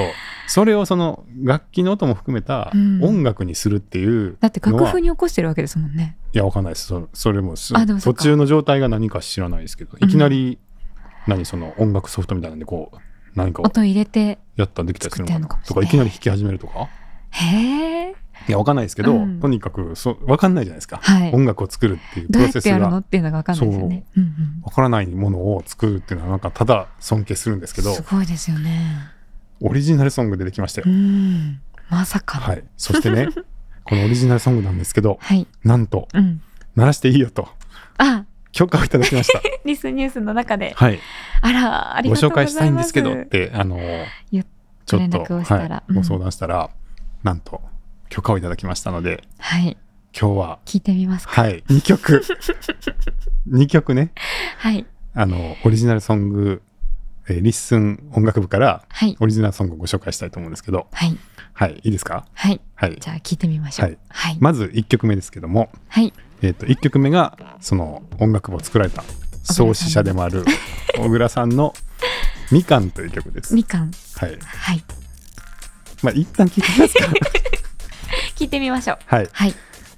それをその楽器の音も含めた
うん
音楽にするっていう
だって
の
楽
は、
譜
い
に起こしてるわけですもんね。
やわかんないですそそれもす
あでも
途
そっか
中の状態が何か知らないですけど
うん
いきなり、何その音楽ソフトみたいなんでこう何かを
音入れて。
やったらできたりするのかなと
作ってんのかもしれ
か
ない
いきなり弾き始めると
*laughs*
か
へえ。
いやわかんないですけど、
うん
とにかくそわかんないじゃないですか。
はい。
音楽を作るっていうプ
どう
ロ
や
セ
っ
ス
てやるの
が
っていうのがわかんないですよね。うんうん
わからないものを作るっていうのはなんかただ尊敬するんですけど
すごいですよね。
オリジナルソング出てきましたよ
う、ん。まさかの。
はいそしてね *laughs* このオリジナルソングなんですけど
はい。
なんと
うん。
鳴らしていいよと
あ、
許可をいただきま
*laughs*
した
リスニュースの中で、
はい
あら、あり
ご
がとう
紹
ござい
介
ます。
したいんですけどってあの
言っ
ちょっと
連絡をしたら
は
う
い、
ん
ご相談したら、なんと許可をいただきましたの
*laughs*
で
はい。
今日は
聞いてみますか。
はい2曲2曲ね
はい。
あのオリジナルソング、えーリッスン音楽部から
はい。
オリジナルソングをご紹介したいと思うんですけど
はい。
はい、いいですか
はい。
はい。
じゃあ聞いてみましょ
は
う
い。
はい。
まず1曲目ですけども、
はい。
えっ、と、1曲目が、その音楽部を作られた創始者でもある小倉さんのみかんという曲です。
みかん。
はい。
はい。
まあ、一旦聴いてみます
*laughs*
か。
聞いてみましょう。
はい。
はい。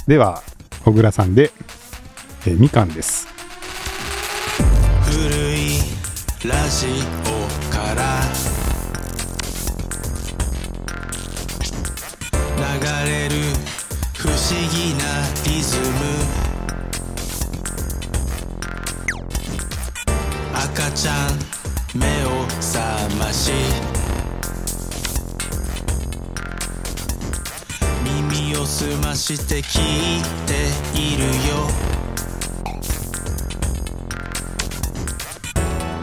では、小倉さんで、えーみかんです。
古いラジオから流れる不思議なリズム赤ちゃん目を覚まし耳を澄まして聞いているよ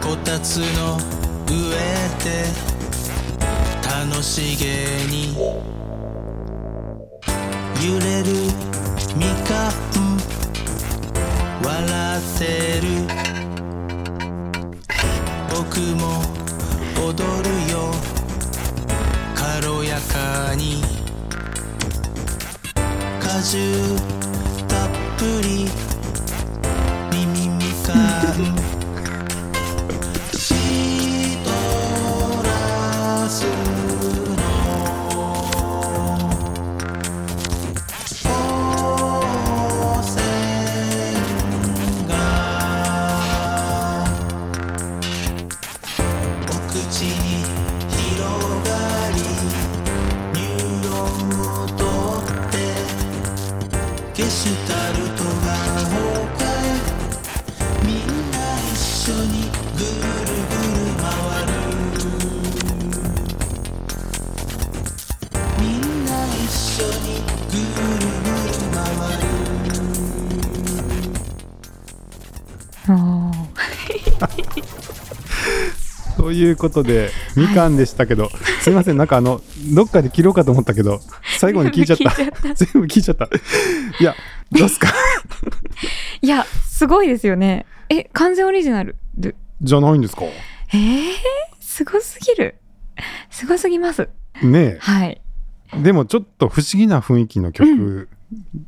こたつの上で楽しげに揺れるみかん笑ってる僕も踊るよ軽やかに果汁たっぷり耳みかんシトラスの光線がお口に広がりニューロンを取ってゲシュタルトが崩壊みんな一緒にぐるぐる回るみんな一緒にぐるぐる回る
おー
ということで、みかんでしたけど、すいません、なんかあの、どっかで切ろうかと思ったけど、最後に聞いちゃった。
全部聞いちゃ
全部聞いちゃ
っ
った。いや、どうっすか
いや、すごいですよね。え、完全オリジナル。で
じゃないんですか
えー、すごすぎる。すごすぎます。
ねえ。
はい。
でもちょっと不思議な雰囲気の曲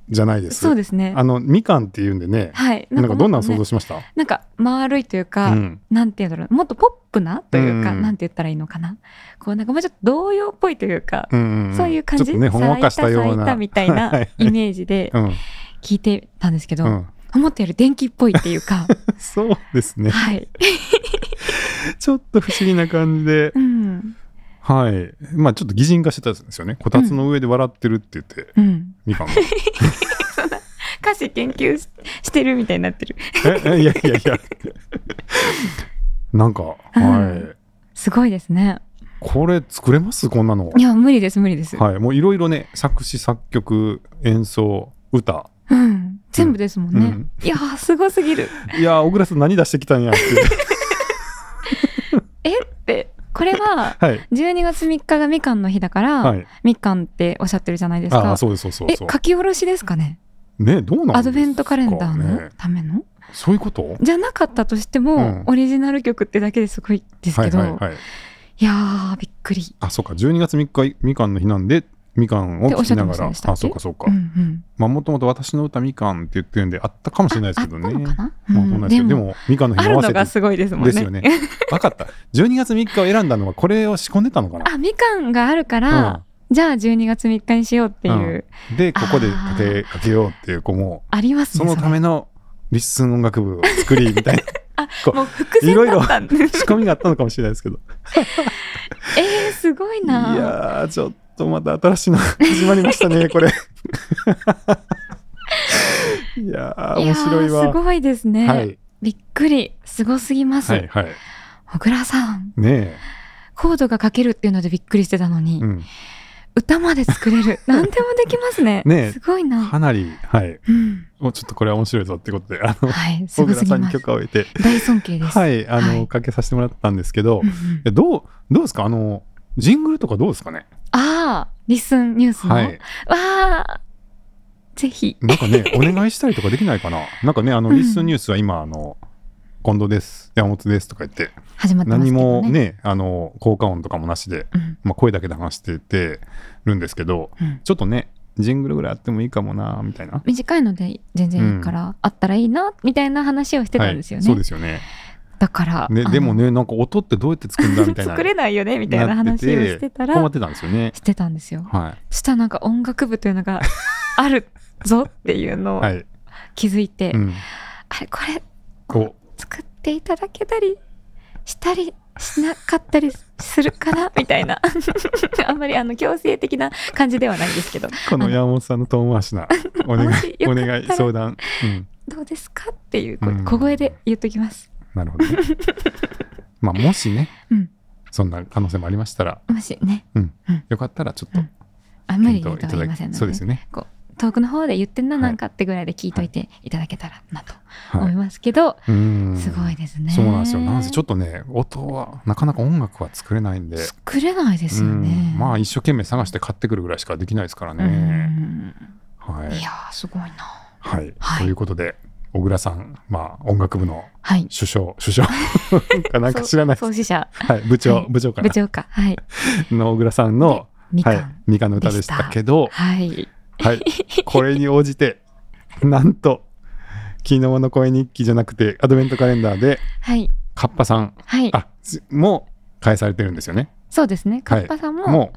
じゃないです。
そうですね
あ。のみかんっていうんでね、
はい。
なんかどんなの想像
し
しました？
なんか丸いというか、
うん
なんていうんだろうもっとポップなというか、
うん
なんて言ったらいいのかなこうなんかもうちょっと童謡っぽいというか、
うんん
そういう感じ
ちょっとねほんわかしたよう
咲いた
な。
咲いたみた
*laughs*
い
は
なイメージで
うん
聞いてたんですけど、
うん。
思ったより電気っぽいっていうか
そうですね。
*laughs* はい、
ちょっと不思議な感じで
う、ん、
はい。まあちょっと擬人化してたんですよね。こたつの上で笑ってるって言って、
うん、
みかんが。
歌詞研究ししてるみたいになってる
ええいやいやいや。なんか、
うん
はい。
すごいですね
これ作れますこんなの
い。や無理です無理です、
はい。もういろいろね、作詞、作曲、演奏、歌。
うん、全部ですもんね、
うん
いやーすごすぎる
いやー、小倉さん何出してきたんやっていう。
*laughs* えってこれは
はい。
12月3日がみかんの日だから、
はい。
みかんっておっしゃってるじゃないです
ああ、
か
そうです、そうそうそう
え書。き下ろしですかね
ね、どうな
ア
ん
ドベントカレンダー
ですか
の
ね
ための、
そういうことはい
じゃなかったとしても、
うん
オリジナル曲ってだけですごいです
は
け
い
ど、
はい。
いやーびっくり
あ、そうか。12月3日、みかんの日なんで、みかんを聞きな
っておっしゃってま
が
せん
ら。
でした
あ、
っけ
そうか、そうか。
うんうん
まあ、もともと私の歌みかんって言ってるんで、あったかもしれないです
あっ
け
た
ど
の
ね。
かな、
まあ、そ
うん
うなんです
で
けど、で
も
も、みかんの日
あ
に合
る
わ
の
せ
が
て。
すごいですもんね
ですよね。わかった。12月3日を選んだのは、これを仕込んでたのかな。
あみかんがあるから、じゃあ12月3日にしようっていう、
うんうんで、ここで
あ
か
ー
け、かけようっていう子も、
ありますね
そのためのリッスン音楽部を作り、みたいな
それもう伏線だったんで
仕込みがあったのかもしれないですけど。
えー、すごい
い
な
やー、ちょっとまた新しいの始まりましたね、これ。 *laughs* いやー、面白い
やー
わ。
すごいですね、
はい。
びっくりすごすぎます、
はい、はい。
小倉さん
ね
コードが書けるっていうのでびっくりしてたの
え。
に、
うん。
歌まで作
*laughs*
れる何でもできますね
ねえ
すごいな、
かなり、はい。
うん、
おちょっとこれは面白いぞってことで、あの、
はいす
小
ご
倉
す
さん
ぎ
に
ます
許可を得て、
大尊敬です、
はい、あの、
はい
かけさせてもらったんですけど
うんう、
い
ん
やどう、どうですかあの、ジングルとかどうですかね
ああリスンニュースの、
はい。
わあぜひ
なんかね、お願いしたりとかできないかななんかね、あの、
うん
リスンニュースは今、あの、近藤です、山本ですとか言って、
始まってます
何
けどね
もね、あの、効果音とかもなしで、
うん
まあ、声だけで話しててるんですけど、
うん
ちょっとね、ジングルぐらいあってもいいかもな、みたいな。
短いので全然いいから、あったらいいなみたいな話をしてたんですよ
はい
ね、
そうですよね。
だから、
ね、
あの
でもね、なんか音ってどうやって作るんだみたい
*laughs*
な。
作れないよねみたいな
なって
話
て
をしてたら
困ってたんですよね。
してたんですよ
は
そしたらなんか音楽部というのがあるぞっていうの
い。
を
*laughs* はい。
気づいて、
うん。
あれこれ
こ
作っていただけたりしたりしなかったりするか
*laughs*
なみたいな *laughs* あんまりあの強制的な感じではないんですけど
う、この山本さんの遠回しな、お願
もし
い、
よ
お
かったら
願い、相談。うん。
どうですかっていうこう
うん
小声で言っときます。
なるほど
*laughs*
ね。まあ、もしね、
うん
そんな可能性もありましたら、
もしね
よかったらちょっと
うんあ無理に
検
言う
討い
と
ただ
は言い
き
ませんので
そうですよね。
遠くの方で言ってんな
はい
なんかってぐらいで聞いといていただけたらなと思
はいい。
ますけど、
うん
すごいですね。
そうなんですよ。なんせちょ
っ
っとね、音は、なかなか音楽は作れないんで、
作れないですよね
う。んまあ一生懸命探して買ってくるぐらいしかできないですから
う
ね。
ん
はい
いやーすごいな。
はい
はい
ということで、小倉さん、まあ音楽部の
はい。
首相、首相
*laughs*
かなんか知らない、
そう創始者
はい、部長、
はい
部長か
部
な
長かはい
の小倉さんの、
みか
はい
ん、
ミカの歌でしたけど、
はい。
はい、これに応じて、 *laughs* なんと、昨日の声日記じゃなくて、アドベントカレンダーで、
はい。
カッパさん、
はい。
あ、すも返されてるんですよね。
そうですね。カ
はい
ッパさんも
も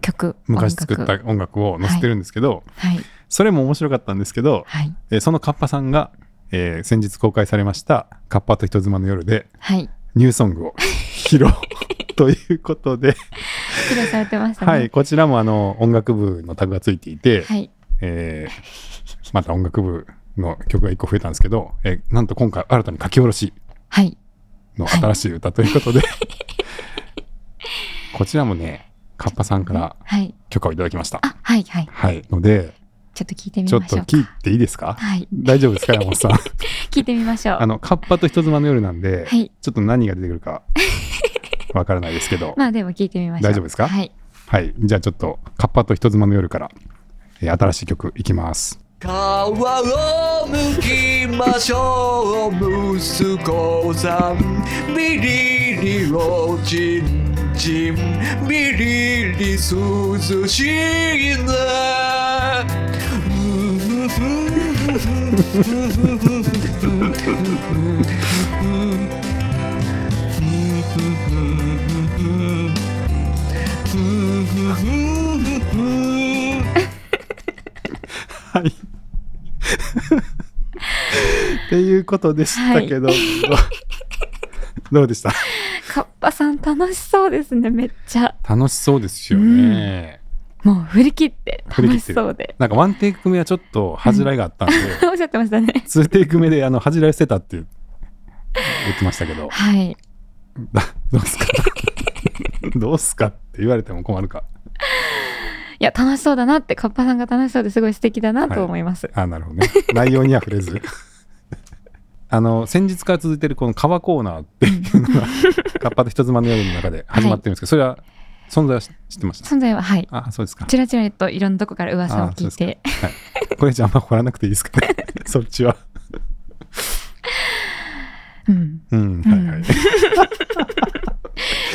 曲、
う昔作っ
音楽
た音楽を載せてるんですけど、
はい。
それも面白かったんですけど、
はい。
えーそのカッパさんが、えー先日公開されました「カッパと人妻の夜」で
はい。
ニューソングを
*laughs*
披露ということで、
披露されてましたね。
はい、。こちらもあの音楽部のタグがついていて、
はい。
えーまた音楽部の曲が1個増えたんですけど、えーなんと今回新たに書き下ろし
はい。
の新しい歌ということ
*laughs*
で、こちらもねカッパさんから
はい。
許可をいただきました。
あ、はい、はい。
はい、ので
ちょっと聞いてみ
ちょっ
まし
と
ょうか。
聞いていいですか
はい。
大丈夫ですか山本
*laughs*
さん。
聞いてみましょう。
あのカッパと人妻の夜なんで、
はい。
ちょっと何が出てくる
*laughs*
かわからないですけど、
まあでも聞いてみましょう。
大丈夫ですか
はい。
はい、じゃあちょっと「カッパと人妻の夜」から、えー新しい曲いきます。
皮をむきましょう息子さんビリリをチンチンビリリ涼しいね *laughs*
はい。っていうことでしたけど、どうどうでした
カッパさん楽しそうですねめっちゃ
楽しそうですよね、
もう振り切って
振り切
楽
って
し
る
そうで
なんかワンテイク目はちょっと恥じらいがあったんで、
おっしゃってましたね
ツーテイク目であの恥じらいしてたって *laughs* 言ってましたけど
はい
だどうすか *laughs* どうすかって言われても困るか
いや楽しそうだなってカッパさんが楽しそうですごい素敵だなと思います、
あなるほ *laughs* どね内容には触れずあの先日から続いてるこの川コーナーっていう *laughs* のが「カッパと人妻の夜」の中で始まってるんですけど、それは存在は知知ってました
存在ははい
あそうですか
ちらちらといろんなとこから噂を聞いて
これじゃあんま掘らなくていいですか *laughs* ねそっちは
うん
うんはいはい、
うん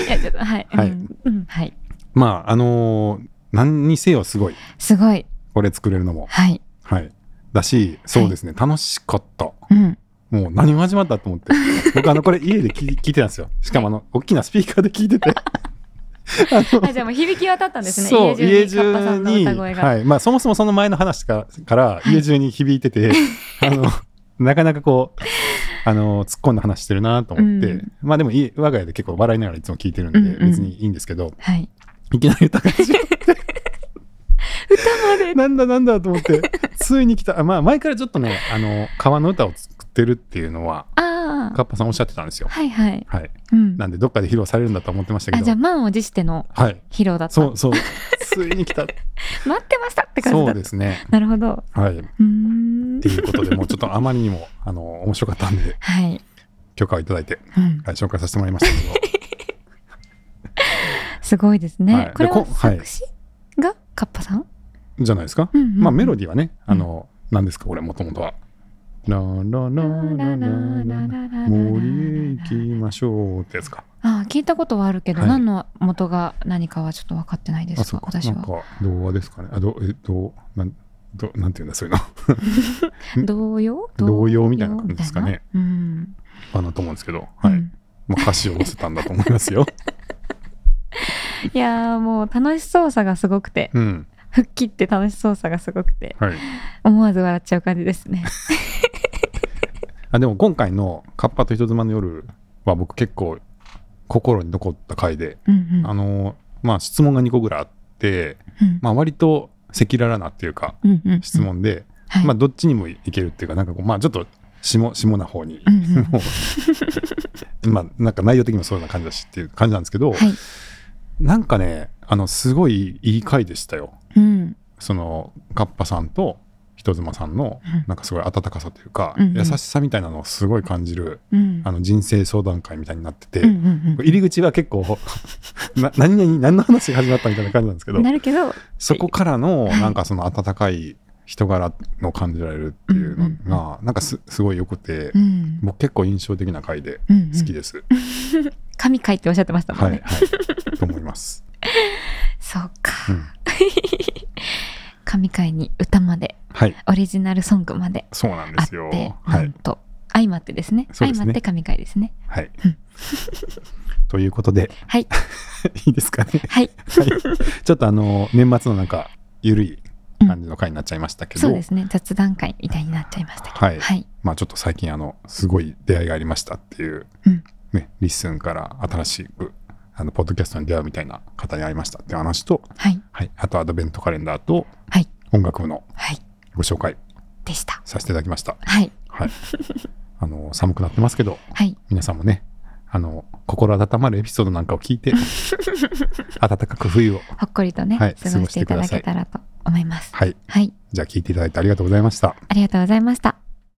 いやちょっとはい、
はい
うんうんはい、
まああのー何にせよすごい
すごい
これ作れるのも
はい
はいだしそうですね、楽しかった
うん
もう何が始まったと思って。僕、あの、これ家で聞い聞いてたんですよ。しかも、あの、大きなスピーカーで聞いてて。
あじゃあもう響き渡ったんですね
そう、
家
家
中にカッパさ
中
んの
に、
歌声が、
はい。まあ、そもそもその前の話から、から
い
家中に響いて
*laughs*
て、あの、なかなかこう、あの、突っ込んだ話してるなと思って、
うん
まあ、でも家、我が家で結構笑いながらいつも聞いてるんで、
うんうん
別にいいんですけど、
はい、
いきなり歌が始まって
まで
なんだなんだと思って、ついに来た。あまあ、前からちょっとね、あの、川の歌を作ってるっていうのは、
あ
カ
あ
ッパさんおっしゃってたんですよ。
はいはい
はい。
うん
なんで、どっかで披露されるんだと思ってましたけ
あ
ど。
じゃあ満を持しての
はい。
披露だった
そうそう。ついに
*laughs*
来た。
待ってましたって感じ
そう
だった
ですね。
なるほど
はい。っ
うーん
ていうことで、もうちょっとあまりにも、あの、面白かったんで、 *laughs*
はい、
許可をいただいて、
うん、
はい、紹介させてもらいましたけど、
すごいですね、
はいで
これ
こ
は
はい
作詞がカッパさん、 *laughs*
じゃないですか。
うんうんうん
まあ、メロディーはね、あの、何ですか、これ、もともとは。ラララララララ森へ行きましょうってやつ
*laughs*
か。
ああ聞いたことはあるけど、
はい
何の元が何かはちょっと分かってないで
あ、
す
そ
が
うか。な
私
ん
は
か、童話ですかね。あ、ど、え、どう、なん、ど、なんていうんだ、そういうの。 *laughs*
童謡
童謡みたいな感じですかね
みたいなうん
あの、と思うんですけど、はい。
うん
まあ、歌詞を載せたんだと思います
*laughs*
よ。
いやーもう楽しそうさがすごくて
うん。
吹っ切って楽しそうさがすごくて
はい。
思わず笑っちゃう感じですね
あでも今回の「カッパと人妻の夜」は僕結構心に残った回で、
*laughs* うんうん
あのまあ質問が2個ぐらいあって、
うん
まあ、割と赤裸々なっていうか
うんうん
質問で、
はい
まあどっちにもいけるっていうかなんかこうまあちょっと下下な方に、
うんうん
もう *laughs* まあなんか内容的にもそうな感じだしっていう感じなんですけど、
はい
なんかねあのすごいいい回でしたよ
うん
そのカッパさんと人妻さんの
うん
なんかすごい温かさというか、
うんうん
優しさみたいなのをすごい感じる
うん
あの人生相談会みたいになってて、
うんうん
*laughs* 入り口は結構 *laughs* な何々何の話が始まったみたいな感じなんですけ
う
ど
んなるけど
そこからのなんかその温かい人柄の感じられるっていうのがなんかすすごい良くて、
うん
僕結構印象的な回で
うん
好き
うん
です。
神回っておっしゃってましたも
は
ん
い
ね *laughs*
はい、と思います。
そう
う
か
ん、
神回に歌まで
はい
オリジナルソングまで
そうなんで
あっ
す
て
よ。
な
は
ん
い、
と相まってですね
そうですね
相まって神回ですね
はい
うん、
ということで *laughs*
はい
いいですかね、
はい
はい、ちょっとあの年末のなんかゆるい感じの回になっちゃいましたけど、
そうですね雑談会みたいになっちゃいましたけど
はい
はい
まあちょっと最近あのすごい出会いがありましたっていう、
うん
ね、リッスンから新しくあのポッドキャストに出会うみたいな方に会いましたっていう話と、
はい
はい、あとアドベントカレンダーと
はい
音楽部の
はい
ご紹介
でした
させていただきました。
はい
はい、あの寒くなってますけど
はい
皆さんもねあの心温まるエピソードなんかを聞いて暖かく冬を、
ほっこりとね、
はい
過ごしていただけたらと思います
はい、
はい
じゃあ聞いていただいてありがとうございました。
ありがとうございました